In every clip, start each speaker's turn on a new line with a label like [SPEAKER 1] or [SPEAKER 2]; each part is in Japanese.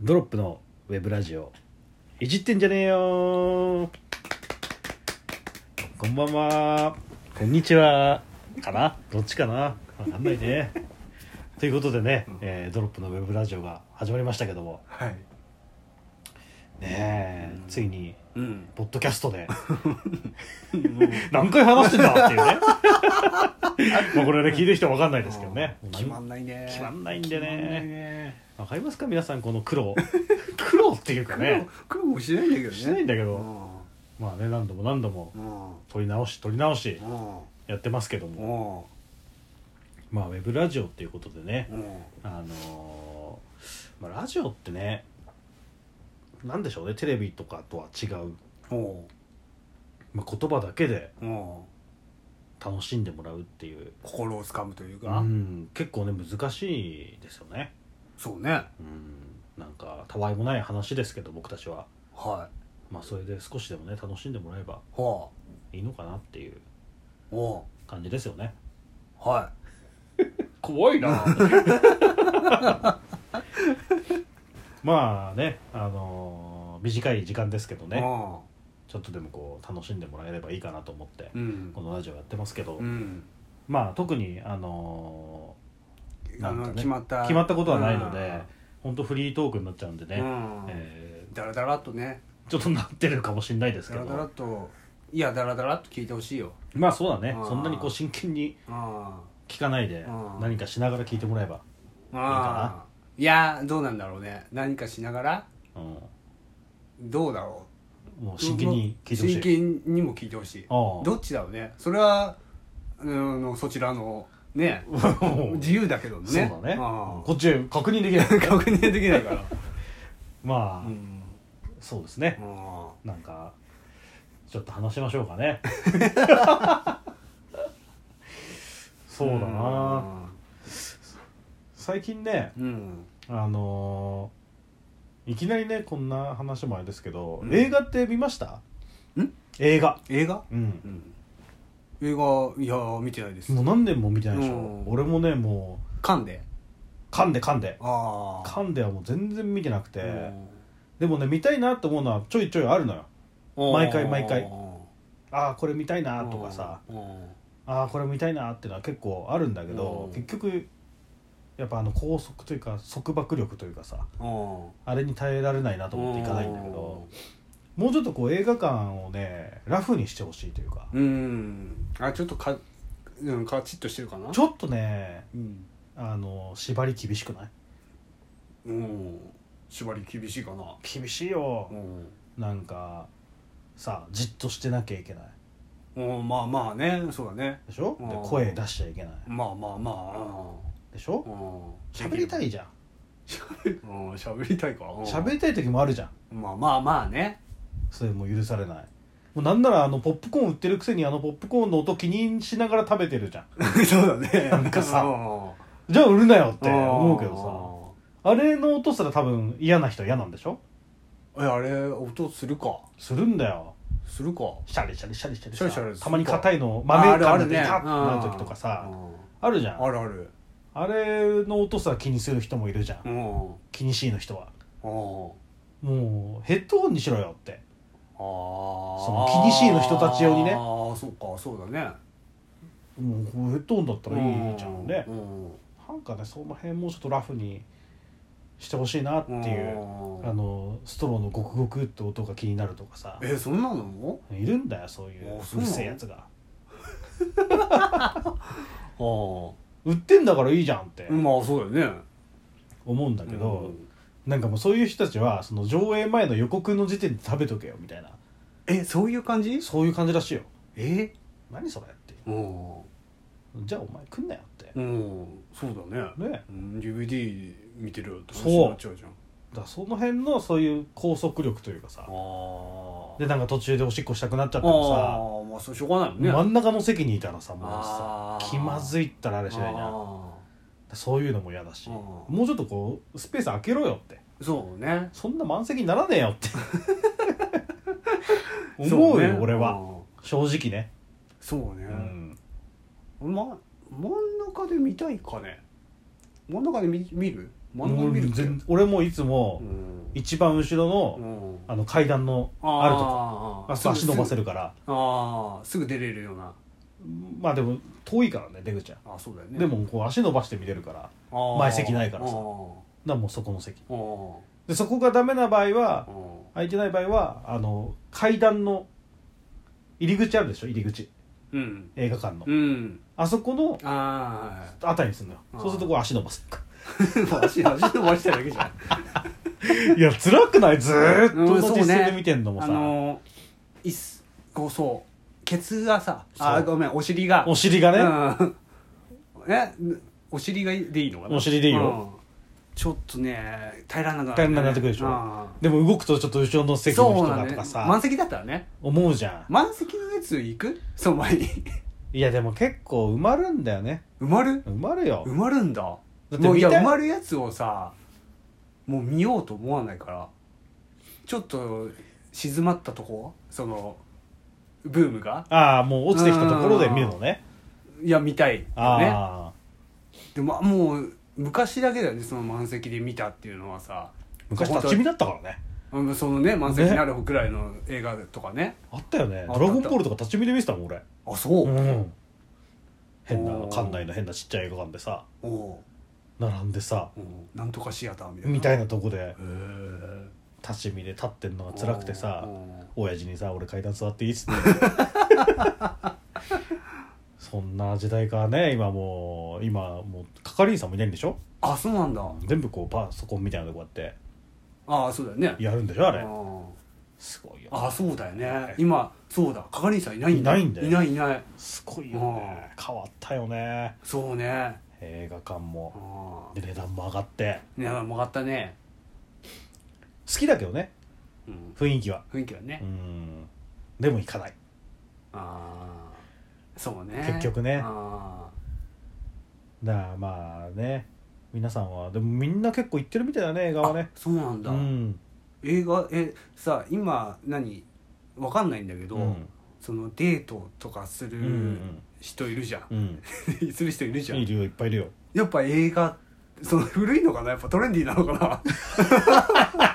[SPEAKER 1] ドロップのウェブラジオいじってんじゃねえよーこんばんはこんにちはかなどっちかなわかんないね ということでね、えードロップのウェブラジオが始まりましたけども
[SPEAKER 2] はい
[SPEAKER 1] ねえついに
[SPEAKER 2] うん
[SPEAKER 1] ポッドキャストで
[SPEAKER 2] もう
[SPEAKER 1] 何回話してんだっていう ねもうこれね聞いてる人は分かんないですけどね
[SPEAKER 2] 決まんないね
[SPEAKER 1] 決まんないんでね
[SPEAKER 2] 決まんない
[SPEAKER 1] わかりますか皆さんこの苦労 苦労っていうかね
[SPEAKER 2] 苦労もしないんだけどね
[SPEAKER 1] しないんだけど
[SPEAKER 2] うん
[SPEAKER 1] まあね何度も何度も
[SPEAKER 2] うん
[SPEAKER 1] 撮り直し撮り直し
[SPEAKER 2] うん
[SPEAKER 1] やってますけども
[SPEAKER 2] うん
[SPEAKER 1] まあウェブラジオっていうことでね
[SPEAKER 2] うん
[SPEAKER 1] あのーまあ、ラジオってねなんでしょうねテレビとかとは違う、
[SPEAKER 2] うん
[SPEAKER 1] まあ、言葉だけで
[SPEAKER 2] うん
[SPEAKER 1] 楽しんでもらうっていう、
[SPEAKER 2] 心をつかむという
[SPEAKER 1] う
[SPEAKER 2] か
[SPEAKER 1] ん、結構ね難しいですよね、
[SPEAKER 2] そうね
[SPEAKER 1] うん、なんかたわいもない話ですけど僕たちは、
[SPEAKER 2] は
[SPEAKER 1] まあ、それで少しでもね楽しんでもらえば
[SPEAKER 2] いはい
[SPEAKER 1] いのかなっていう
[SPEAKER 2] あうん
[SPEAKER 1] 感じですよね
[SPEAKER 2] は
[SPEAKER 1] 怖いな まあねあのー短い時間ですけど
[SPEAKER 2] い
[SPEAKER 1] ね、
[SPEAKER 2] う
[SPEAKER 1] ちょっとでもこう楽しんでもらえればいいかなと思って、
[SPEAKER 2] んうん
[SPEAKER 1] このラジオやってますけど、
[SPEAKER 2] うん
[SPEAKER 1] まあ特にあの
[SPEAKER 2] あ
[SPEAKER 1] なんか
[SPEAKER 2] の
[SPEAKER 1] ね
[SPEAKER 2] 決まった
[SPEAKER 1] ー決まったことはないので本当フリートークになっちゃうんで
[SPEAKER 2] うんう
[SPEAKER 1] ね、
[SPEAKER 2] ん
[SPEAKER 1] え
[SPEAKER 2] だらだらっとね
[SPEAKER 1] ーちょっとなってるかもしれないです
[SPEAKER 2] だ
[SPEAKER 1] け
[SPEAKER 2] ら
[SPEAKER 1] ど
[SPEAKER 2] だらっといやだらだらっと聞いてほしいよ
[SPEAKER 1] まあそうだね
[SPEAKER 2] うん
[SPEAKER 1] そんなにこう真剣に
[SPEAKER 2] あ
[SPEAKER 1] 聞かないで
[SPEAKER 2] うん
[SPEAKER 1] 何かしながら聞いてもらえば、
[SPEAKER 2] あいやどうなんだろうね何かしながら
[SPEAKER 1] うん、
[SPEAKER 2] どうだろ
[SPEAKER 1] も
[SPEAKER 2] う
[SPEAKER 1] う真剣に聞いてほし
[SPEAKER 2] 真
[SPEAKER 1] い
[SPEAKER 2] 剣にも聞いてほしい
[SPEAKER 1] ああ
[SPEAKER 2] どっちだろうねそれはあのそちらのね自由だけどね
[SPEAKER 1] そうだね
[SPEAKER 2] あ
[SPEAKER 1] こっち確認できない
[SPEAKER 2] あ確認できないから
[SPEAKER 1] まあ、
[SPEAKER 2] うん
[SPEAKER 1] そうですね
[SPEAKER 2] あ
[SPEAKER 1] なんかちょっと話しましょうか ねそうだな、最近ね
[SPEAKER 2] うん
[SPEAKER 1] あのーいきなりねこんな話もあれですけど、
[SPEAKER 2] うん
[SPEAKER 1] 映画って見ました
[SPEAKER 2] ん
[SPEAKER 1] 映画
[SPEAKER 2] 映画
[SPEAKER 1] うん
[SPEAKER 2] うん映画いや見てないです
[SPEAKER 1] もう何年も見てないでしょ、
[SPEAKER 2] うん
[SPEAKER 1] 俺もねもう
[SPEAKER 2] 噛んで
[SPEAKER 1] 噛んで噛んで
[SPEAKER 2] ああ
[SPEAKER 1] 噛んではもう全然見てなくて、
[SPEAKER 2] うん
[SPEAKER 1] でもね見たいなと思うのはちょいちょいあるのよ毎回毎回
[SPEAKER 2] あ
[SPEAKER 1] ああこれ見たいなとかさ、ああこれ見たいなってのは結構あるんだけど、
[SPEAKER 2] うん
[SPEAKER 1] 結局やっぱあの拘束というか束縛力というかさ
[SPEAKER 2] と
[SPEAKER 1] あれに耐えられないなと思っていかないんだけどもうちょっとこう映画館をねラフにしてほしいというか
[SPEAKER 2] うんあちょっとか、うん、カチッとしてるかな
[SPEAKER 1] ちょっとね
[SPEAKER 2] うん、
[SPEAKER 1] あの縛り厳しくない
[SPEAKER 2] うん、縛り厳しいかな
[SPEAKER 1] 厳しいよ
[SPEAKER 2] うん、
[SPEAKER 1] なんかさじっとしてなきゃいけない
[SPEAKER 2] うん、まあまあねそうだね
[SPEAKER 1] でしょで
[SPEAKER 2] うん
[SPEAKER 1] 声出しちゃいけない
[SPEAKER 2] まあまあま
[SPEAKER 1] でしょ
[SPEAKER 2] あうん
[SPEAKER 1] 喋りた
[SPEAKER 2] い
[SPEAKER 1] いじゃん
[SPEAKER 2] うん喋りたいかうん
[SPEAKER 1] 喋りたい時もあるじゃん
[SPEAKER 2] まあまあまあ ね
[SPEAKER 1] それも許されないもうなんならあのポップコーン売ってるくせにあのポップコーンの音気にしながら食べてるじゃん
[SPEAKER 2] そうだね
[SPEAKER 1] なんかさ
[SPEAKER 2] うん
[SPEAKER 1] じゃあ売るなよって思うけど
[SPEAKER 2] う
[SPEAKER 1] さあれの音すら多分嫌な人は嫌なんでしょ
[SPEAKER 2] んえあれ音するか
[SPEAKER 1] するんだよ
[SPEAKER 2] するか
[SPEAKER 1] シャリシャリシャリシャリ
[SPEAKER 2] シャリシャリする
[SPEAKER 1] たまに硬いの
[SPEAKER 2] あ
[SPEAKER 1] 豆
[SPEAKER 2] あるあ
[SPEAKER 1] かん
[SPEAKER 2] る
[SPEAKER 1] で
[SPEAKER 2] ね
[SPEAKER 1] 痛ってなる時とかさ
[SPEAKER 2] うん
[SPEAKER 1] あるじゃん
[SPEAKER 2] あるある
[SPEAKER 1] あれの音すら気にする人もいるじゃん
[SPEAKER 2] うんうん
[SPEAKER 1] 気にしいの人はもうヘッドホンにしろよって
[SPEAKER 2] あそ
[SPEAKER 1] の気にしいの人たち用にね
[SPEAKER 2] ああそうかそうだね
[SPEAKER 1] もうヘッドホンだったらいいじゃんね
[SPEAKER 2] うん
[SPEAKER 1] なんかねその辺もうちょっとラフにしてほしいなっていうあのストローのゴクゴクって音が気になるとかさ
[SPEAKER 2] えそんなの
[SPEAKER 1] いるんだよそういう
[SPEAKER 2] あそうう
[SPEAKER 1] る
[SPEAKER 2] なの
[SPEAKER 1] せえやつが
[SPEAKER 2] あ
[SPEAKER 1] 売ってんだからいいじゃんって
[SPEAKER 2] あまあそうだよね
[SPEAKER 1] 思うんだ
[SPEAKER 2] だ
[SPEAKER 1] けど、なんかもうそういう人たちはその上映前の予告の時点で食べとけよみたいな
[SPEAKER 2] えそういう感じ
[SPEAKER 1] そういう感じらしいよ
[SPEAKER 2] え
[SPEAKER 1] 何それって
[SPEAKER 2] うん
[SPEAKER 1] じゃあお前来んなよって
[SPEAKER 2] うんそうだね
[SPEAKER 1] ね
[SPEAKER 2] うん DVD 見てるよって話
[SPEAKER 1] そう
[SPEAKER 2] になっちゃうじゃん
[SPEAKER 1] だからその辺のそういう拘束力というかさ
[SPEAKER 2] あ
[SPEAKER 1] でなんか途中でおしっこしたくなっちゃ
[SPEAKER 2] あ
[SPEAKER 1] っても
[SPEAKER 2] あまあそうしょうがないもん
[SPEAKER 1] さ、
[SPEAKER 2] ね
[SPEAKER 1] 真ん中の席にいたらさもうさ
[SPEAKER 2] あー
[SPEAKER 1] 気まずいったらあれしないな
[SPEAKER 2] あ
[SPEAKER 1] そういうのも嫌だし
[SPEAKER 2] うん
[SPEAKER 1] もうちょっとこうスペース空けろよって
[SPEAKER 2] ーそうね
[SPEAKER 1] そんな満席にならねえよ って思うよ
[SPEAKER 2] そね
[SPEAKER 1] 俺
[SPEAKER 2] う
[SPEAKER 1] は
[SPEAKER 2] ん
[SPEAKER 1] 正直ね
[SPEAKER 2] そうね、
[SPEAKER 1] うん
[SPEAKER 2] ま真ん中で見たいかね真ん中で見見る漫画見るって
[SPEAKER 1] 全俺もいつも
[SPEAKER 2] うん
[SPEAKER 1] 一番後ろの、
[SPEAKER 2] うん
[SPEAKER 1] あの階段の
[SPEAKER 2] あ
[SPEAKER 1] あるとこ
[SPEAKER 2] ー
[SPEAKER 1] あそこ足伸ばせるから
[SPEAKER 2] ああすぐ出れるような
[SPEAKER 1] まあでも遠いからね出口は、
[SPEAKER 2] あそうだよね
[SPEAKER 1] でもこう足伸ばして見れるからだか
[SPEAKER 2] あー
[SPEAKER 1] 前席ないからさ
[SPEAKER 2] あ
[SPEAKER 1] らもうそこの席
[SPEAKER 2] ーあ
[SPEAKER 1] でそこがダメな場合は
[SPEAKER 2] ーうん
[SPEAKER 1] 空いてない場合はあの階段の入り口あるでしょ入り口
[SPEAKER 2] うん
[SPEAKER 1] 映画館の、
[SPEAKER 2] うん
[SPEAKER 1] あそこの
[SPEAKER 2] あ
[SPEAKER 1] あたりにするのよ
[SPEAKER 2] あー
[SPEAKER 1] そうするとこう足伸ばす
[SPEAKER 2] あ 足足伸ばしただけじゃん
[SPEAKER 1] いや辛くないずーっ
[SPEAKER 2] うん
[SPEAKER 1] と
[SPEAKER 2] そ
[SPEAKER 1] 同
[SPEAKER 2] うね
[SPEAKER 1] じ姿勢で見てんのも
[SPEAKER 2] あ
[SPEAKER 1] さ、
[SPEAKER 2] のいっすこうそうケツがさあ
[SPEAKER 1] そう
[SPEAKER 2] ごめんお尻が
[SPEAKER 1] お尻がね、
[SPEAKER 2] ね、うん、えお尻がでいいのかな
[SPEAKER 1] お尻でいいよ
[SPEAKER 2] うんちょっとね平らな
[SPEAKER 1] 平らになってくるでしょ
[SPEAKER 2] うん
[SPEAKER 1] でも動くとちょっと後ろの席の
[SPEAKER 2] そ
[SPEAKER 1] 人
[SPEAKER 2] うな
[SPEAKER 1] が
[SPEAKER 2] んだ
[SPEAKER 1] と
[SPEAKER 2] ね
[SPEAKER 1] かさ、
[SPEAKER 2] 満席だったらね
[SPEAKER 1] 思うじゃ
[SPEAKER 2] 満席のやつ行くその前に
[SPEAKER 1] んいやでも結構埋まるんだよね
[SPEAKER 2] 埋まる
[SPEAKER 1] 埋まるよ
[SPEAKER 2] 埋まるんだ
[SPEAKER 1] だって
[SPEAKER 2] もういや
[SPEAKER 1] 見た
[SPEAKER 2] 埋
[SPEAKER 1] い
[SPEAKER 2] まるやつをさもう見ようと思わないからちょっと静まったとこそのブームが
[SPEAKER 1] ああもう落ちてきたところで見るのね
[SPEAKER 2] いや見たいよね
[SPEAKER 1] ああ
[SPEAKER 2] でももう昔だけだよねその満席で見たっていうのはさ
[SPEAKER 1] 昔立ち見だったからね
[SPEAKER 2] うんそのね満席になるくらいの映画とかね
[SPEAKER 1] あったよね
[SPEAKER 2] あ
[SPEAKER 1] ドラゴンボールとか立ち見で見てたもん俺
[SPEAKER 2] あそう、
[SPEAKER 1] うん変な
[SPEAKER 2] おー
[SPEAKER 1] 館内の変なちっちゃい映画館でさ
[SPEAKER 2] おお
[SPEAKER 1] 並んでさ
[SPEAKER 2] うおうなんとかシアターみたいな
[SPEAKER 1] みた
[SPEAKER 2] へ
[SPEAKER 1] いなとこで
[SPEAKER 2] え
[SPEAKER 1] 立ち見で立ってんのが辛くてさ親父にさ俺階段座っていいっ つってそんな時代からね今もう今もう係員さんもいないんでしょ
[SPEAKER 2] あそうなんだ
[SPEAKER 1] 全部こうパソコンみたいなとこやって
[SPEAKER 2] ああそうだよね
[SPEAKER 1] やるんでしょあれ
[SPEAKER 2] うん
[SPEAKER 1] すごいよ
[SPEAKER 2] あそうだよ
[SPEAKER 1] はい
[SPEAKER 2] ね今そうだ係員さんいないんだ
[SPEAKER 1] いないんだよ
[SPEAKER 2] いないいない
[SPEAKER 1] すごいよね変わったよね
[SPEAKER 2] そうね
[SPEAKER 1] 映画館
[SPEAKER 2] う
[SPEAKER 1] も
[SPEAKER 2] ん
[SPEAKER 1] で値段も上がって
[SPEAKER 2] ね曲がったね、
[SPEAKER 1] 好きだけどね
[SPEAKER 2] うん、
[SPEAKER 1] 雰囲気は
[SPEAKER 2] 雰囲気はね、
[SPEAKER 1] うんでも行かない
[SPEAKER 2] ああそうね
[SPEAKER 1] 結局ね
[SPEAKER 2] あ
[SPEAKER 1] だからまあね皆さんはでもみんな結構行ってるみたいだね映画
[SPEAKER 2] あ
[SPEAKER 1] はね
[SPEAKER 2] あそうなん
[SPEAKER 1] う
[SPEAKER 2] だ、
[SPEAKER 1] ん
[SPEAKER 2] 映画えさ今何わかんないんだけど、
[SPEAKER 1] うん
[SPEAKER 2] そのデートとかす
[SPEAKER 1] う
[SPEAKER 2] る
[SPEAKER 1] ん
[SPEAKER 2] 人いる じゃん、
[SPEAKER 1] うん、
[SPEAKER 2] する人いるじゃん
[SPEAKER 1] いるよいっぱいいるよ
[SPEAKER 2] やっぱ映画その古いのかなやっぱトレンディーなのかな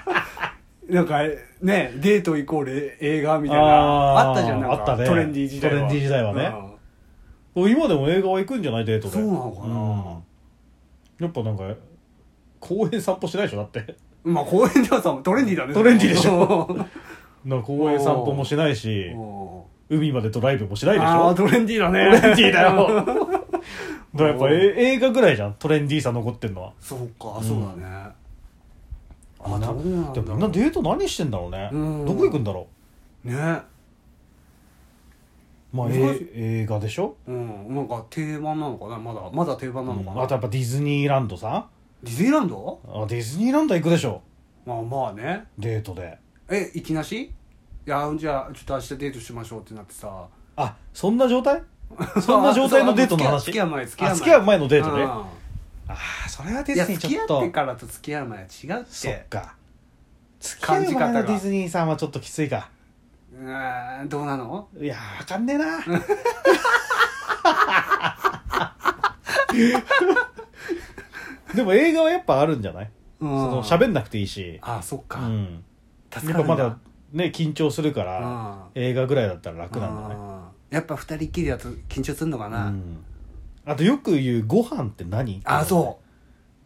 [SPEAKER 2] なんかねデートイコール映画みたいな
[SPEAKER 1] あー
[SPEAKER 2] あったじゃんなんか
[SPEAKER 1] あったね
[SPEAKER 2] トレンディー時代は
[SPEAKER 1] トレンディー時代はね今でも映画は行くんじゃないデートで
[SPEAKER 2] そうなのかな
[SPEAKER 1] うんやっぱなんか公園散歩しないでしょだって
[SPEAKER 2] うんまあ公園ではさトレンディーだね
[SPEAKER 1] トレンディーでし
[SPEAKER 2] ょ
[SPEAKER 1] なんか公園散歩もしないし海までドライブもしないでし
[SPEAKER 2] ああ
[SPEAKER 1] ょ
[SPEAKER 2] トレンディーだね
[SPEAKER 1] トレンディーだよだからやっぱ
[SPEAKER 2] おー
[SPEAKER 1] え映画ぐらいじゃんトレンディーさ残ってんのは
[SPEAKER 2] そうかそうだね、
[SPEAKER 1] あな
[SPEAKER 2] どうなん
[SPEAKER 1] で
[SPEAKER 2] だ
[SPEAKER 1] もみんなデート何してんだろうね
[SPEAKER 2] うん
[SPEAKER 1] どこ行くんだろ
[SPEAKER 2] ね
[SPEAKER 1] うまあえ
[SPEAKER 2] 難しい
[SPEAKER 1] 映画でしょ
[SPEAKER 2] うんなんか定番なのかなまだまだ定番なのかな、
[SPEAKER 1] あとやっぱディズニーランドさ
[SPEAKER 2] ディズニーランド
[SPEAKER 1] あディズニーランド行くでしょ
[SPEAKER 2] まあまあね
[SPEAKER 1] デートで
[SPEAKER 2] え行きなしいやじゃあちょっと明日デートしましょうってなってさ
[SPEAKER 1] あそんな状態 そんな状態のデートの話
[SPEAKER 2] 付き合う前付き
[SPEAKER 1] あ
[SPEAKER 2] 合う前
[SPEAKER 1] 付き合う前のデートね
[SPEAKER 2] う
[SPEAKER 1] ああそれはデ
[SPEAKER 2] ん
[SPEAKER 1] ィ
[SPEAKER 2] いや
[SPEAKER 1] ズニ
[SPEAKER 2] 付
[SPEAKER 1] ーち
[SPEAKER 2] き
[SPEAKER 1] ょっ
[SPEAKER 2] 合って
[SPEAKER 1] と
[SPEAKER 2] からと付き合う前は違うっ
[SPEAKER 1] そ
[SPEAKER 2] て
[SPEAKER 1] っか付き合
[SPEAKER 2] 感
[SPEAKER 1] う
[SPEAKER 2] じ方が
[SPEAKER 1] 前のディズニーさんはちょっときついか
[SPEAKER 2] うーんどうなの
[SPEAKER 1] いやーわかんねえなでも映画はやっぱあるんじゃない、
[SPEAKER 2] う
[SPEAKER 1] その
[SPEAKER 2] ん
[SPEAKER 1] 喋んなくていいし
[SPEAKER 2] あそっ
[SPEAKER 1] う
[SPEAKER 2] か、
[SPEAKER 1] ん
[SPEAKER 2] 助
[SPEAKER 1] や
[SPEAKER 2] か
[SPEAKER 1] っぱ
[SPEAKER 2] る
[SPEAKER 1] ま
[SPEAKER 2] な
[SPEAKER 1] だね緊張するから
[SPEAKER 2] う
[SPEAKER 1] 映画ぐらいだったら楽
[SPEAKER 2] ん
[SPEAKER 1] なんだね
[SPEAKER 2] うんやっぱ二人っきりだと緊張するのか
[SPEAKER 1] う
[SPEAKER 2] な、
[SPEAKER 1] んあとよく言う「ご飯って何?」
[SPEAKER 2] あそ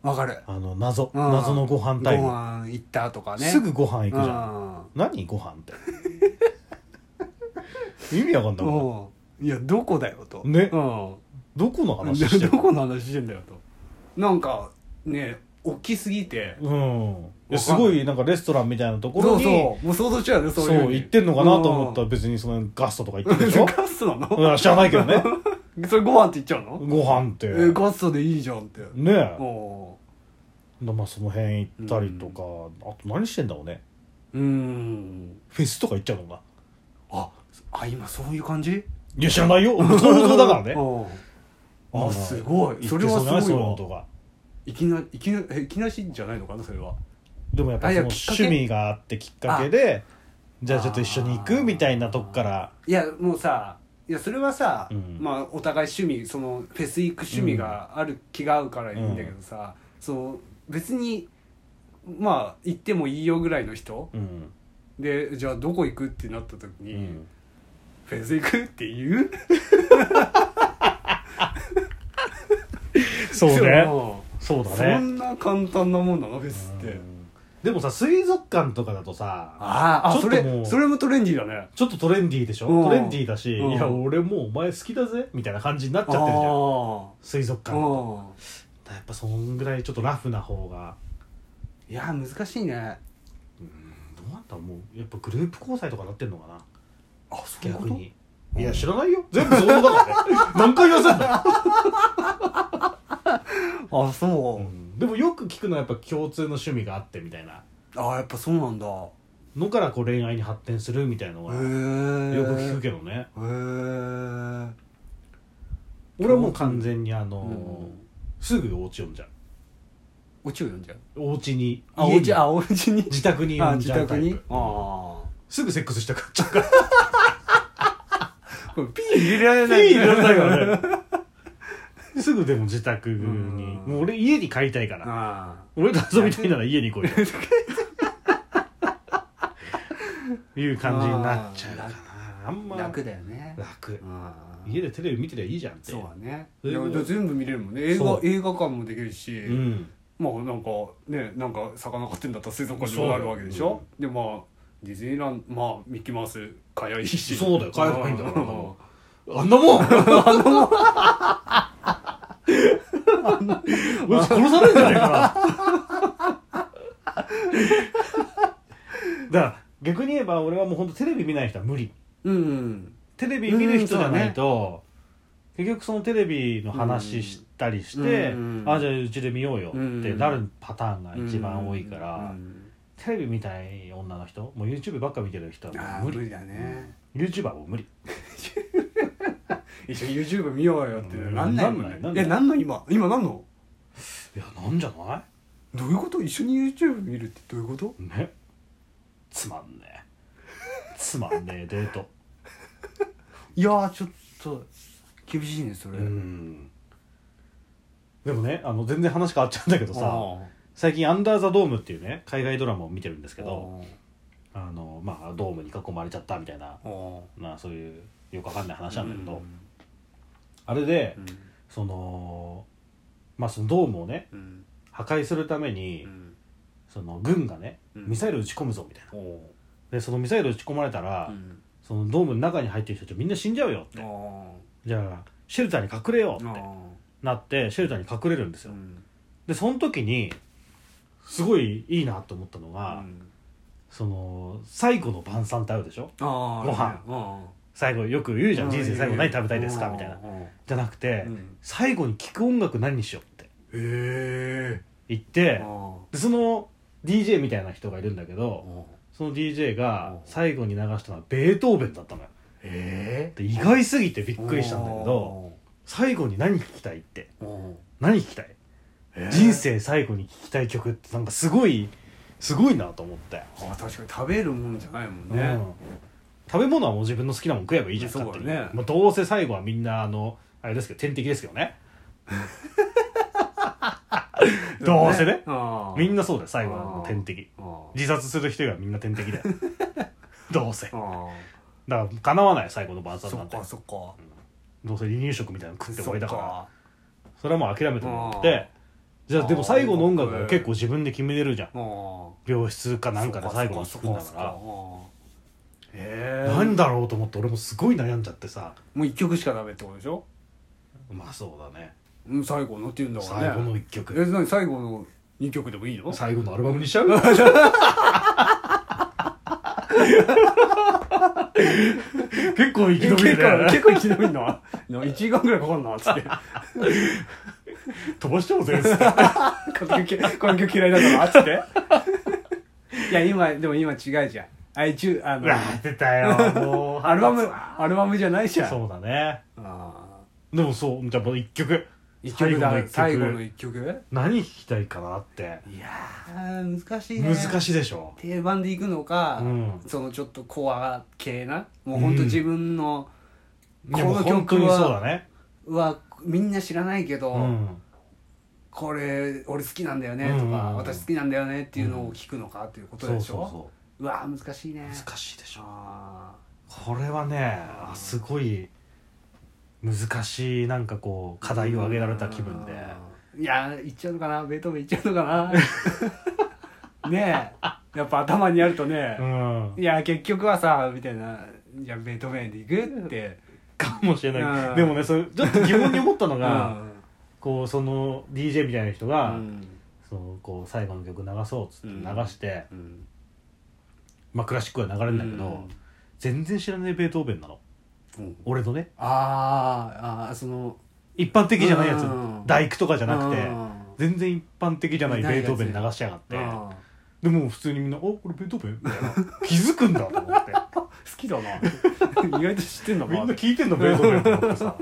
[SPEAKER 2] うわかる
[SPEAKER 1] うあの謎
[SPEAKER 2] うん
[SPEAKER 1] 謎のご飯
[SPEAKER 2] ご
[SPEAKER 1] タイム
[SPEAKER 2] 飯行ったとかね
[SPEAKER 1] すぐご飯行くじゃん
[SPEAKER 2] ん
[SPEAKER 1] 何ご飯って意味わかんないもん
[SPEAKER 2] うんいやどこだよと
[SPEAKER 1] ね
[SPEAKER 2] うん
[SPEAKER 1] どこの話して
[SPEAKER 2] ど
[SPEAKER 1] る
[SPEAKER 2] この話してんだよとなんかね大きすぎて
[SPEAKER 1] うんいやすごいなんかレストランみたいなとこ
[SPEAKER 2] そ
[SPEAKER 1] ろ
[SPEAKER 2] う
[SPEAKER 1] に
[SPEAKER 2] そうもう想像しちゃうよね
[SPEAKER 1] そう
[SPEAKER 2] そういう
[SPEAKER 1] 行ってんのかなと思ったら別にそのガストとか行ってるでしょ
[SPEAKER 2] ガストなの
[SPEAKER 1] うん知らないけどね
[SPEAKER 2] それご飯って言っちゃうの
[SPEAKER 1] ご飯って
[SPEAKER 2] え
[SPEAKER 1] ね
[SPEAKER 2] ーガストでいいじゃんって
[SPEAKER 1] え
[SPEAKER 2] お
[SPEAKER 1] まあその辺行ったりとかあと何してんだろうね
[SPEAKER 2] ーうーん
[SPEAKER 1] フェスとか行っちゃうのかな
[SPEAKER 2] ああ今そういう感じ
[SPEAKER 1] いや知らないよ想像だからね
[SPEAKER 2] うん
[SPEAKER 1] ま
[SPEAKER 2] あ
[SPEAKER 1] あ
[SPEAKER 2] すごい
[SPEAKER 1] 行
[SPEAKER 2] そ
[SPEAKER 1] っ
[SPEAKER 2] れ
[SPEAKER 1] て
[SPEAKER 2] は
[SPEAKER 1] そうじゃない
[SPEAKER 2] す
[SPEAKER 1] そうい
[SPEAKER 2] ごいう
[SPEAKER 1] の
[SPEAKER 2] わ
[SPEAKER 1] とか
[SPEAKER 2] いきないきないきなしじゃないのかなそれは
[SPEAKER 1] でもやっぱ
[SPEAKER 2] あ
[SPEAKER 1] そ
[SPEAKER 2] い
[SPEAKER 1] の
[SPEAKER 2] やきっかけ
[SPEAKER 1] 趣味があってきっかけでじゃあちょっと一緒に行くみたいなとこから
[SPEAKER 2] いやもうさいやそれはさ、
[SPEAKER 1] うん
[SPEAKER 2] まあお互い趣味そのフェス行く趣味がある気が合うからいいんだけどさ、その別にまあ行ってもいいよぐらいの人
[SPEAKER 1] うん
[SPEAKER 2] でじゃあどこ行くってなった時
[SPEAKER 1] う
[SPEAKER 2] に、
[SPEAKER 1] ん
[SPEAKER 2] フェス行くって言う
[SPEAKER 1] そうね
[SPEAKER 2] そ
[SPEAKER 1] そう
[SPEAKER 2] う
[SPEAKER 1] だ
[SPEAKER 2] そ
[SPEAKER 1] ね
[SPEAKER 2] んな簡単なもんなのフェスって、
[SPEAKER 1] うんでもさ水族館とかだとさ
[SPEAKER 2] あーあ
[SPEAKER 1] ちょっと
[SPEAKER 2] それ
[SPEAKER 1] もう
[SPEAKER 2] それもトレンディーだね
[SPEAKER 1] ちょっとトレンディーでしょ
[SPEAKER 2] うん
[SPEAKER 1] トレンディーだし
[SPEAKER 2] うん
[SPEAKER 1] いや俺もうお前好きだぜみたいな感じになっちゃってるじゃん
[SPEAKER 2] あ
[SPEAKER 1] 水族
[SPEAKER 2] あ
[SPEAKER 1] 館だとやっぱそんぐらいちょっとラフな方が
[SPEAKER 2] いや難しいね
[SPEAKER 1] どうなんだもうやっぱグループ交際とかなってんのかな
[SPEAKER 2] あそ
[SPEAKER 1] 逆に
[SPEAKER 2] うん
[SPEAKER 1] いや知らないよ全部想像だからね 何回言わせんだ、
[SPEAKER 2] あそうう、
[SPEAKER 1] んでもよく聞くのはやっぱ共通の趣味があってみたいな
[SPEAKER 2] ああやっぱそうなんだへ
[SPEAKER 1] のからこう恋愛に発展するみたいなのはよ
[SPEAKER 2] え
[SPEAKER 1] く聞くけどね
[SPEAKER 2] へえ
[SPEAKER 1] 俺はもう完全にあの
[SPEAKER 2] うん
[SPEAKER 1] すぐお家呼んじゃう
[SPEAKER 2] おちを読んじゃう
[SPEAKER 1] お家に
[SPEAKER 2] あ
[SPEAKER 1] 家
[SPEAKER 2] お
[SPEAKER 1] に
[SPEAKER 2] ちあおちに
[SPEAKER 1] 自宅に
[SPEAKER 2] あ
[SPEAKER 1] 呼ん
[SPEAKER 2] 自
[SPEAKER 1] じゃうタ
[SPEAKER 2] 宅
[SPEAKER 1] イ
[SPEAKER 2] に
[SPEAKER 1] プ
[SPEAKER 2] あ
[SPEAKER 1] すぐセックスしたくなっちゃうから
[SPEAKER 2] あこれピー入れられ ない
[SPEAKER 1] 手入れられない よねすぐでも自宅に
[SPEAKER 2] うん
[SPEAKER 1] もう俺家に帰りたいから
[SPEAKER 2] あ
[SPEAKER 1] 俺と遊びたいなら家に 来いという感じになっちゃうかなあん
[SPEAKER 2] あ
[SPEAKER 1] ま
[SPEAKER 2] 楽だよね
[SPEAKER 1] 楽
[SPEAKER 2] ああ
[SPEAKER 1] 家でテレビ見てりゃいいじゃんって
[SPEAKER 2] そうだね
[SPEAKER 1] そう
[SPEAKER 2] い
[SPEAKER 1] いう
[SPEAKER 2] や
[SPEAKER 1] こと
[SPEAKER 2] 全部見れるもんね映
[SPEAKER 1] そ
[SPEAKER 2] 画
[SPEAKER 1] う
[SPEAKER 2] 映画館もできるし、
[SPEAKER 1] うん
[SPEAKER 2] まあなんかねなんか魚飼ってんだったら水族館に
[SPEAKER 1] そう
[SPEAKER 2] も
[SPEAKER 1] だ
[SPEAKER 2] あ
[SPEAKER 1] よ
[SPEAKER 2] るわけでしょ、でまあディズニーランドまあミッキーマウスかやいいし
[SPEAKER 1] そうだよ買えばいいんだから
[SPEAKER 2] う
[SPEAKER 1] あんなもん俺殺されるんじゃないかな だから逆に言えば俺はもう本当テレビ見ない人は無理
[SPEAKER 2] うんうん
[SPEAKER 1] テレビ見る人じゃないと、結局そのテレビの話したりして、
[SPEAKER 2] うんうん
[SPEAKER 1] あじゃあうちで見ようよってなるパターンが
[SPEAKER 2] うん
[SPEAKER 1] 一番多いから、
[SPEAKER 2] うん
[SPEAKER 1] テレビ見たい女の人もう YouTube ばっか見てる人はもう
[SPEAKER 2] あー
[SPEAKER 1] 無
[SPEAKER 2] 無
[SPEAKER 1] 理
[SPEAKER 2] 理だね
[SPEAKER 1] YouTuber も無理
[SPEAKER 2] 一緒に YouTube 見ようよって
[SPEAKER 1] うん
[SPEAKER 2] なんないもん
[SPEAKER 1] なんないなんな
[SPEAKER 2] ね
[SPEAKER 1] い
[SPEAKER 2] えなんの今今なんの
[SPEAKER 1] いやなんじゃな
[SPEAKER 2] どういうこと一緒に YouTube 見るってどういうこと
[SPEAKER 1] いねつまんねえつまんねえデー ト
[SPEAKER 2] いやーちょっと厳しいねそれ、
[SPEAKER 1] うんでもねあの全然話変わっちゃうんだけど
[SPEAKER 2] あ
[SPEAKER 1] さ
[SPEAKER 2] ー
[SPEAKER 1] 最近「アンダー・ザ・ドーム」っていうね海外ドラマを見てるんですけど
[SPEAKER 2] あー
[SPEAKER 1] あのまあドームに囲まれちゃったみたいな、
[SPEAKER 2] あー
[SPEAKER 1] まあ、そういうよくわかんない話なんだけど、
[SPEAKER 2] うん
[SPEAKER 1] あれで
[SPEAKER 2] うん
[SPEAKER 1] そのまあそのドームをね
[SPEAKER 2] うん
[SPEAKER 1] 破壊するために、
[SPEAKER 2] うん
[SPEAKER 1] その軍がね
[SPEAKER 2] うん
[SPEAKER 1] ミサイル撃ち込むぞみたいな
[SPEAKER 2] おー
[SPEAKER 1] でそのミサイル撃ち込まれたら、
[SPEAKER 2] うん
[SPEAKER 1] そのドームの中に入ってる人たちみんな死んじゃうよって、
[SPEAKER 2] あ
[SPEAKER 1] じゃあシェルターに隠れよう
[SPEAKER 2] ー
[SPEAKER 1] って
[SPEAKER 2] あ
[SPEAKER 1] なってシェルターに隠れるんです
[SPEAKER 2] ー
[SPEAKER 1] よ、
[SPEAKER 2] うん
[SPEAKER 1] でその時にすごいいいなと思ったのが、
[SPEAKER 2] うん
[SPEAKER 1] その最後の晩餐ってあるでしょ
[SPEAKER 2] あー
[SPEAKER 1] ご飯
[SPEAKER 2] ね
[SPEAKER 1] 最後よく言うじゃ
[SPEAKER 2] うんん
[SPEAKER 1] 人生最後何食べたいですかみたいな
[SPEAKER 2] うんうん
[SPEAKER 1] じゃなくて、
[SPEAKER 2] うん
[SPEAKER 1] 最後に聴く音楽何にしようって
[SPEAKER 2] へ
[SPEAKER 1] 言っ
[SPEAKER 2] え
[SPEAKER 1] て
[SPEAKER 2] あ
[SPEAKER 1] でその DJ みたいな人がいるんだけどその DJ が
[SPEAKER 2] うん
[SPEAKER 1] 最後に流したのはベートーベンだったのよ
[SPEAKER 2] え
[SPEAKER 1] で意外すぎてびっくりしたんだけど最後に何聴きたいって何聴きたい人生最後に聴きたい曲ってなんかすごいすごいなと思って、
[SPEAKER 2] あ確かに食べるもんじゃないもん
[SPEAKER 1] う
[SPEAKER 2] ね
[SPEAKER 1] ん食べ物はもう自分の好きなもん食えばいいじゃん
[SPEAKER 2] そうだね
[SPEAKER 1] 勝手にもうどうせ最後はみんなあのあれですけど天敵ですけどねどうせねみん
[SPEAKER 2] な
[SPEAKER 1] なそうだよ最後はもう天敵自殺する人がみんな天敵 だよどうせだから叶わない最後の晩餐
[SPEAKER 2] そ
[SPEAKER 1] なん
[SPEAKER 2] ってかそっか
[SPEAKER 1] どうせ離乳食みたいなの食って終わりだから
[SPEAKER 2] そ
[SPEAKER 1] それはもう諦めてもらってじゃあでも最後の音楽は結構自分で決めれるじゃん
[SPEAKER 2] っかあ
[SPEAKER 1] 病室か
[SPEAKER 2] あ
[SPEAKER 1] なんかで最後に
[SPEAKER 2] そ
[SPEAKER 1] 聞く
[SPEAKER 2] っ
[SPEAKER 1] んだ
[SPEAKER 2] そっ
[SPEAKER 1] か
[SPEAKER 2] そっかへ
[SPEAKER 1] ら
[SPEAKER 2] え
[SPEAKER 1] なんだろうと思って俺もすごい悩んじゃってさ
[SPEAKER 2] もう一曲しかダメってことでしょ
[SPEAKER 1] まあそうだね
[SPEAKER 2] うん最後のっていうんだからね
[SPEAKER 1] 最後の一曲
[SPEAKER 2] え何最後の2曲でもいいの
[SPEAKER 1] 最後のアルバムにしちゃう結構生き延びる
[SPEAKER 2] 結構
[SPEAKER 1] ね
[SPEAKER 2] 結構生き延びる な1時間ぐらいかかるなっつって
[SPEAKER 1] 飛ばしちゃおうぜっつって
[SPEAKER 2] この曲この曲嫌いだからっつって いや今でも今違うじゃん iTunes あ
[SPEAKER 1] う
[SPEAKER 2] の
[SPEAKER 1] わー出たよもう
[SPEAKER 2] アルバムアルバムじゃないじゃん
[SPEAKER 1] そうだね
[SPEAKER 2] あ
[SPEAKER 1] でもそうじゃあもう一曲
[SPEAKER 2] ー一曲だ
[SPEAKER 1] 最
[SPEAKER 2] 最
[SPEAKER 1] 後
[SPEAKER 2] 後
[SPEAKER 1] の
[SPEAKER 2] の
[SPEAKER 1] 一曲
[SPEAKER 2] 一曲
[SPEAKER 1] 何弾きたいかなって
[SPEAKER 2] いやー難しいね
[SPEAKER 1] 難
[SPEAKER 2] い
[SPEAKER 1] しいでしょ
[SPEAKER 2] 定番でいくのか、
[SPEAKER 1] うん
[SPEAKER 2] そのちょっとコア系なもうほんと自分の、
[SPEAKER 1] いや
[SPEAKER 2] こ
[SPEAKER 1] もう
[SPEAKER 2] の
[SPEAKER 1] 本当
[SPEAKER 2] 曲
[SPEAKER 1] にそうだ
[SPEAKER 2] は
[SPEAKER 1] ね
[SPEAKER 2] はみんな知らないけど、
[SPEAKER 1] うん
[SPEAKER 2] これ俺好きなんだよねとか、
[SPEAKER 1] うんうんうん
[SPEAKER 2] 私好きなんだよねっていうのを聞くのかっていうこと
[SPEAKER 1] そ
[SPEAKER 2] で
[SPEAKER 1] う
[SPEAKER 2] しょ、う
[SPEAKER 1] そう
[SPEAKER 2] わー難しいね
[SPEAKER 1] そう難しいでしょ
[SPEAKER 2] あ
[SPEAKER 1] これはねあすごい難しいなんかこう課題を挙げられた気分で
[SPEAKER 2] ーいやーいっちゃうのかなベートーベンいっちゃうのか なねえやっぱ頭にあるとね、
[SPEAKER 1] うん
[SPEAKER 2] いや結局はさみたいなじゃあベートーベンで行くって
[SPEAKER 1] かもしれな
[SPEAKER 2] うん
[SPEAKER 1] いでもねそれちょっと疑問に思ったの
[SPEAKER 2] う
[SPEAKER 1] が
[SPEAKER 2] ん
[SPEAKER 1] こうその DJ みたいな人
[SPEAKER 2] う
[SPEAKER 1] が
[SPEAKER 2] ん
[SPEAKER 1] そのこう最後の曲流そうっつって流して
[SPEAKER 2] うん
[SPEAKER 1] まあクラシックは流れるんだけど全然知らないベートーベンなの
[SPEAKER 2] うん
[SPEAKER 1] 俺のね
[SPEAKER 2] あーあーその
[SPEAKER 1] 一般的じゃないやつ
[SPEAKER 2] うん
[SPEAKER 1] 大工とかじゃなくて
[SPEAKER 2] う
[SPEAKER 1] 全然一般的じゃないベ
[SPEAKER 2] ないや
[SPEAKER 1] ー
[SPEAKER 2] つ
[SPEAKER 1] トーベン流しやがって
[SPEAKER 2] んうん好
[SPEAKER 1] でも普通にみんな「おこれベートーベン?」みたいな気づくんだと思 って
[SPEAKER 2] きだな 意外と知ってんだ
[SPEAKER 1] みんな
[SPEAKER 2] あ
[SPEAKER 1] 聞いてんのベートーベンと思ってさ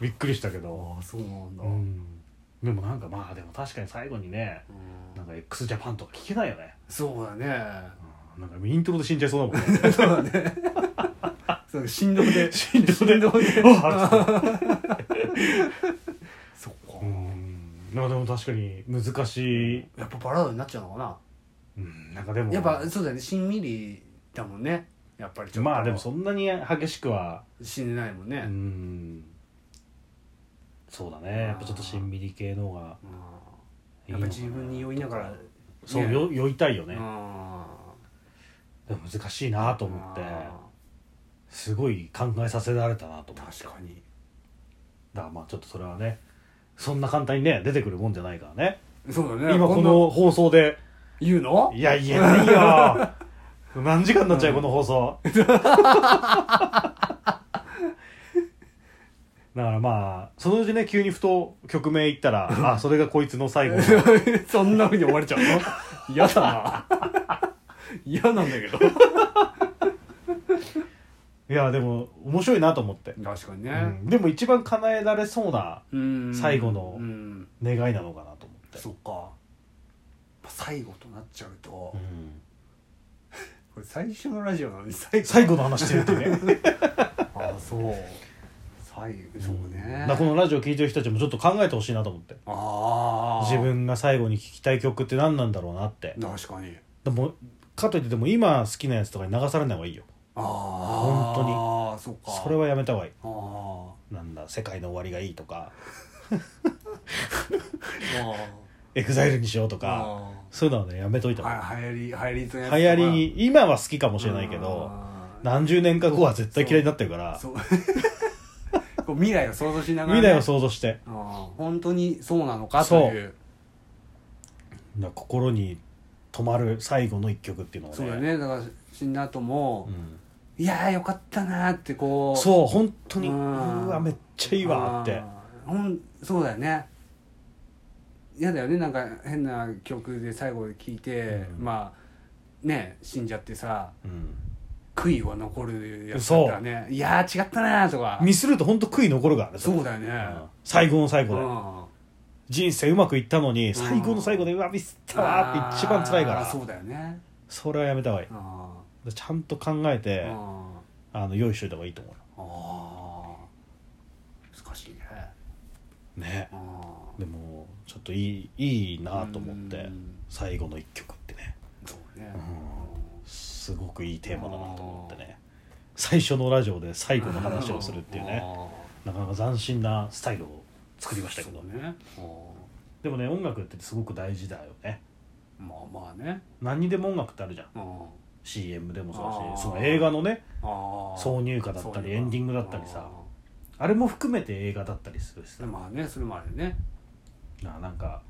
[SPEAKER 1] びっくりしたけど
[SPEAKER 2] あそうなんだ、
[SPEAKER 1] うんでもなんかまあでも確かに最後にね
[SPEAKER 2] うん
[SPEAKER 1] なんか x ジャパンとか聞けないよね
[SPEAKER 2] そうだね
[SPEAKER 1] うんなんかイントロで死んじゃいそうだもんね
[SPEAKER 2] そうだねそう振動で
[SPEAKER 1] 振動で
[SPEAKER 2] 動で
[SPEAKER 1] あ
[SPEAKER 2] そっか、
[SPEAKER 1] うんなんかでも確かに難しい
[SPEAKER 2] やっぱバラードになっちゃうのかな、
[SPEAKER 1] うんなんかでも
[SPEAKER 2] やっぱそうだよねしんみりだもんねやっぱりちょっと
[SPEAKER 1] まあでもそんなに激しくは
[SPEAKER 2] 死んでないもん
[SPEAKER 1] う
[SPEAKER 2] ね、
[SPEAKER 1] んそうだねやっぱちょっとしんみり系の方が
[SPEAKER 2] うん
[SPEAKER 1] いいのか
[SPEAKER 2] やっぱ
[SPEAKER 1] な
[SPEAKER 2] 自分に酔いながらね
[SPEAKER 1] そうよ酔いたいよ
[SPEAKER 2] う
[SPEAKER 1] ね
[SPEAKER 2] ん
[SPEAKER 1] でも難しいなと思ってすごい考えさせられたなと思って
[SPEAKER 2] 確かに
[SPEAKER 1] だからまあちょっとそれはねそんな簡単にね出てくるもんじゃないからね
[SPEAKER 2] そうだね
[SPEAKER 1] 今こ
[SPEAKER 2] んな
[SPEAKER 1] の放送で
[SPEAKER 2] 言うの
[SPEAKER 1] いや言えないよ何時間になっちゃうこの放 送だからまあそのうちね急にふと曲名言った らあそれがこいつの最後の
[SPEAKER 2] そんなふうに思われちゃうの 嫌だな嫌なんだけど
[SPEAKER 1] いやでも面白いなと思って、
[SPEAKER 2] 確かに
[SPEAKER 1] う
[SPEAKER 2] ね、
[SPEAKER 1] んでも一番叶えられそうな
[SPEAKER 2] うん
[SPEAKER 1] 最後の
[SPEAKER 2] うん
[SPEAKER 1] 願いなのかなと思って
[SPEAKER 2] そっかやっぱ最後となっちゃうと、こ
[SPEAKER 1] うん
[SPEAKER 2] れ最初のラジオなのに最後
[SPEAKER 1] 最後の話してるっていうね
[SPEAKER 2] ああそう最後 そうね
[SPEAKER 1] だからこのラジオ聴いてる人たちもちょっと考えてほしいなと思って
[SPEAKER 2] ああ
[SPEAKER 1] 自分が最後に聴きたい曲って何なんだろうなって
[SPEAKER 2] 確かに
[SPEAKER 1] でもかといってでも今好きなやつとかに流されない方がいいよ
[SPEAKER 2] ああ
[SPEAKER 1] 本当に
[SPEAKER 2] ああそうか
[SPEAKER 1] それはやめた方がいい
[SPEAKER 2] ああ
[SPEAKER 1] なんだ世界の終わりがいいとか
[SPEAKER 2] あ
[SPEAKER 1] エグザイルにしようと
[SPEAKER 2] あ
[SPEAKER 1] かそういうのはねやめといた方が
[SPEAKER 2] は流行り流行りとや
[SPEAKER 1] いい流行り
[SPEAKER 2] か
[SPEAKER 1] に今は好きかもしれないけど何十年か後は絶対嫌いになってるから
[SPEAKER 2] そう こう未来を想像しながら、
[SPEAKER 1] 未来を想像して
[SPEAKER 2] ああ本当にそうなのかという
[SPEAKER 1] だから心に止まる最後の一曲っていうのを
[SPEAKER 2] そうだねだから死んだ後も
[SPEAKER 1] う、ん
[SPEAKER 2] いやーよかったなーってこう
[SPEAKER 1] そう本当に
[SPEAKER 2] う
[SPEAKER 1] うんわめっちゃいいわって
[SPEAKER 2] あーほんそうだよね嫌だよねなんか変な曲で最後で聴いて、
[SPEAKER 1] うん
[SPEAKER 2] まあね死んじゃってさ
[SPEAKER 1] うん
[SPEAKER 2] 悔いは残るやつだったらねいやー違ったなーとか
[SPEAKER 1] ミスると本当悔い残るからね
[SPEAKER 2] そうだよね、
[SPEAKER 1] うん最後の最
[SPEAKER 2] う
[SPEAKER 1] 後
[SPEAKER 2] ん
[SPEAKER 1] で人生うまくいったのに最後の最後でうわミスったわって一番辛いか
[SPEAKER 2] あー
[SPEAKER 1] ら
[SPEAKER 2] そうだよね
[SPEAKER 1] それはやめた方がいい
[SPEAKER 2] あ
[SPEAKER 1] ちゃんと考え
[SPEAKER 2] ー
[SPEAKER 1] て
[SPEAKER 2] あ
[SPEAKER 1] あの用意しといた方がいいと思
[SPEAKER 2] ーあー難しいね
[SPEAKER 1] うね
[SPEAKER 2] あー
[SPEAKER 1] でもちょっといいいいなと思っ
[SPEAKER 2] う
[SPEAKER 1] て
[SPEAKER 2] ん
[SPEAKER 1] 最後の一曲ってね
[SPEAKER 2] そうね、
[SPEAKER 1] すごくいいテーマだなと思ってね最初のラジオで最後の話をするっていうねなかなか斬新なスタイルを作りましたけど
[SPEAKER 2] そうねあ
[SPEAKER 1] でもね音楽ってすごく大事だよね
[SPEAKER 2] ーまあまあね
[SPEAKER 1] 何にでも音楽ってあるじゃん
[SPEAKER 2] うん
[SPEAKER 1] CM でも
[SPEAKER 2] あ
[SPEAKER 1] そう
[SPEAKER 2] ー
[SPEAKER 1] だしその映画のね
[SPEAKER 2] あー
[SPEAKER 1] 挿入歌だったりエンディングだったりさあれも含めて映画だったりするし
[SPEAKER 2] あ
[SPEAKER 1] さ
[SPEAKER 2] ーまあねそれもあるよね
[SPEAKER 1] ななんか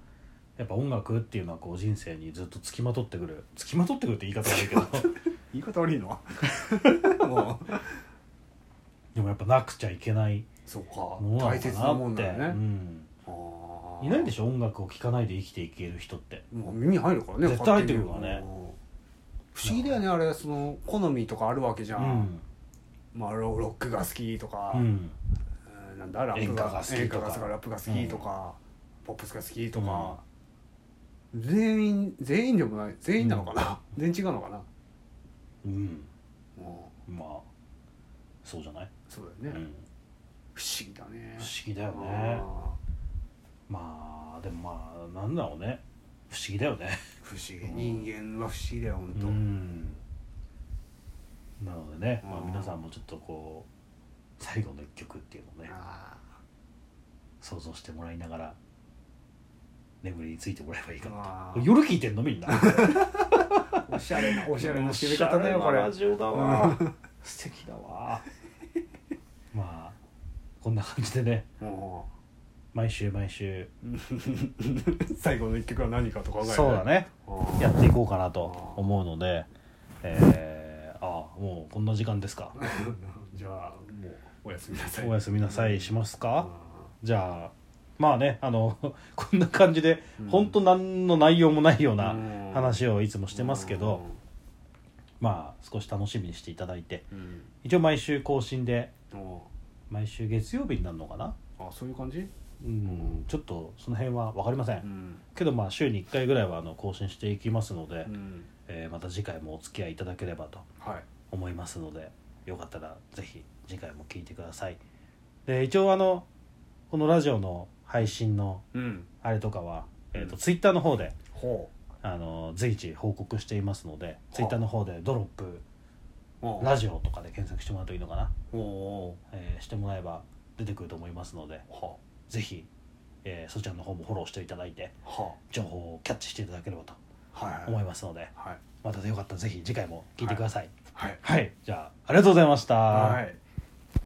[SPEAKER 1] やっぱ音楽っていうのはこう人生にずっとつきまとってくるつきまとってくるって言い方悪 いけど
[SPEAKER 2] 言い方悪いの もう
[SPEAKER 1] でもやっぱなくちゃいけない
[SPEAKER 2] そうか
[SPEAKER 1] ものなの
[SPEAKER 2] 大切な
[SPEAKER 1] か
[SPEAKER 2] も
[SPEAKER 1] なっ
[SPEAKER 2] ん
[SPEAKER 1] て、
[SPEAKER 2] だよ
[SPEAKER 1] う
[SPEAKER 2] ね、
[SPEAKER 1] ん、
[SPEAKER 2] あー
[SPEAKER 1] いないでしょ音楽を聴かないで生きていける人って
[SPEAKER 2] もう耳入るからね
[SPEAKER 1] 絶対入ってくる
[SPEAKER 2] 勝手に
[SPEAKER 1] からね
[SPEAKER 2] 不思議だよねあれその好みとかあるわけじゃ、
[SPEAKER 1] うんん、
[SPEAKER 2] まあ、ロロックが好きとか、
[SPEAKER 1] うん、
[SPEAKER 2] うんなんだラップ
[SPEAKER 1] 演歌が好きとか
[SPEAKER 2] 演歌が好きラップが好きとか、ポップスが好きとか、全員全員でもない全員なのかな、全員違うのかな、
[SPEAKER 1] うん、
[SPEAKER 2] も
[SPEAKER 1] まあそうじゃない、
[SPEAKER 2] うそう
[SPEAKER 1] う
[SPEAKER 2] だよね、
[SPEAKER 1] ん、
[SPEAKER 2] 不思議だね
[SPEAKER 1] 不思議だよ
[SPEAKER 2] あ
[SPEAKER 1] ね
[SPEAKER 2] ー
[SPEAKER 1] まあでもまあなんだろうね不思議だよね
[SPEAKER 2] 不思議人間は不思議だよ本当、
[SPEAKER 1] んなのでね、まあ、
[SPEAKER 2] うん
[SPEAKER 1] 皆さんもちょっとこう最後の一曲っていうのをね
[SPEAKER 2] ああ
[SPEAKER 1] 想像してもらいながら眠りについてもらえばいいかな
[SPEAKER 2] あ
[SPEAKER 1] これ夜聴いてんのみんな
[SPEAKER 2] あおしゃれなおしゃれな締め方だよ
[SPEAKER 1] おしゃ
[SPEAKER 2] こ
[SPEAKER 1] れ
[SPEAKER 2] れ
[SPEAKER 1] なラジオだわ素敵だわまあこんな感じでね
[SPEAKER 2] も
[SPEAKER 1] 毎週毎週
[SPEAKER 2] う 最後の一曲は何かと考える
[SPEAKER 1] そうだね
[SPEAKER 2] うん
[SPEAKER 1] やっていこうかなと思うのでえー、ああもうこんな時間ですか
[SPEAKER 2] じゃあもうおやすみなさい
[SPEAKER 1] おやすみなさいしますか、
[SPEAKER 2] う
[SPEAKER 1] じゃあまあねあのこんな感じで、
[SPEAKER 2] うん
[SPEAKER 1] 本当何の内容もないようなん話をいつもしてますけど、まあ少し楽しみにしていただいて
[SPEAKER 2] うん
[SPEAKER 1] 一応毎週更新で
[SPEAKER 2] うんお
[SPEAKER 1] 毎週月曜日になるのかな
[SPEAKER 2] あそういう感じ
[SPEAKER 1] うんちょっとその辺は分かりません、
[SPEAKER 2] うん
[SPEAKER 1] けどまあ週に1回ぐらいはあの更新していきますので、
[SPEAKER 2] うん
[SPEAKER 1] えーまた次回もお付き合いいただければと
[SPEAKER 2] はい
[SPEAKER 1] 思いますのでよかったらぜひ次回も聞いてくださいで一応あのこのラジオの配信の
[SPEAKER 2] うん
[SPEAKER 1] あれとかは、えー、と
[SPEAKER 2] うん
[SPEAKER 1] ツイッターの方で
[SPEAKER 2] ほ
[SPEAKER 1] あの随時報告していますのでツイッターの方で「ドロップ
[SPEAKER 2] うおう
[SPEAKER 1] ラジオ」とかで検索してもらうといいのかな、
[SPEAKER 2] おうお
[SPEAKER 1] えーしてもらえば出てくると思いますので
[SPEAKER 2] うは
[SPEAKER 1] ぜひ、えーそちらの方もフォローしていただいて
[SPEAKER 2] は
[SPEAKER 1] 情報をキャッチしていただければと
[SPEAKER 2] はい
[SPEAKER 1] 思いますので
[SPEAKER 2] はい
[SPEAKER 1] またよかったらぜひ次回も聞いてください、
[SPEAKER 2] はい
[SPEAKER 1] はい、じゃあありがとうございました、
[SPEAKER 2] はい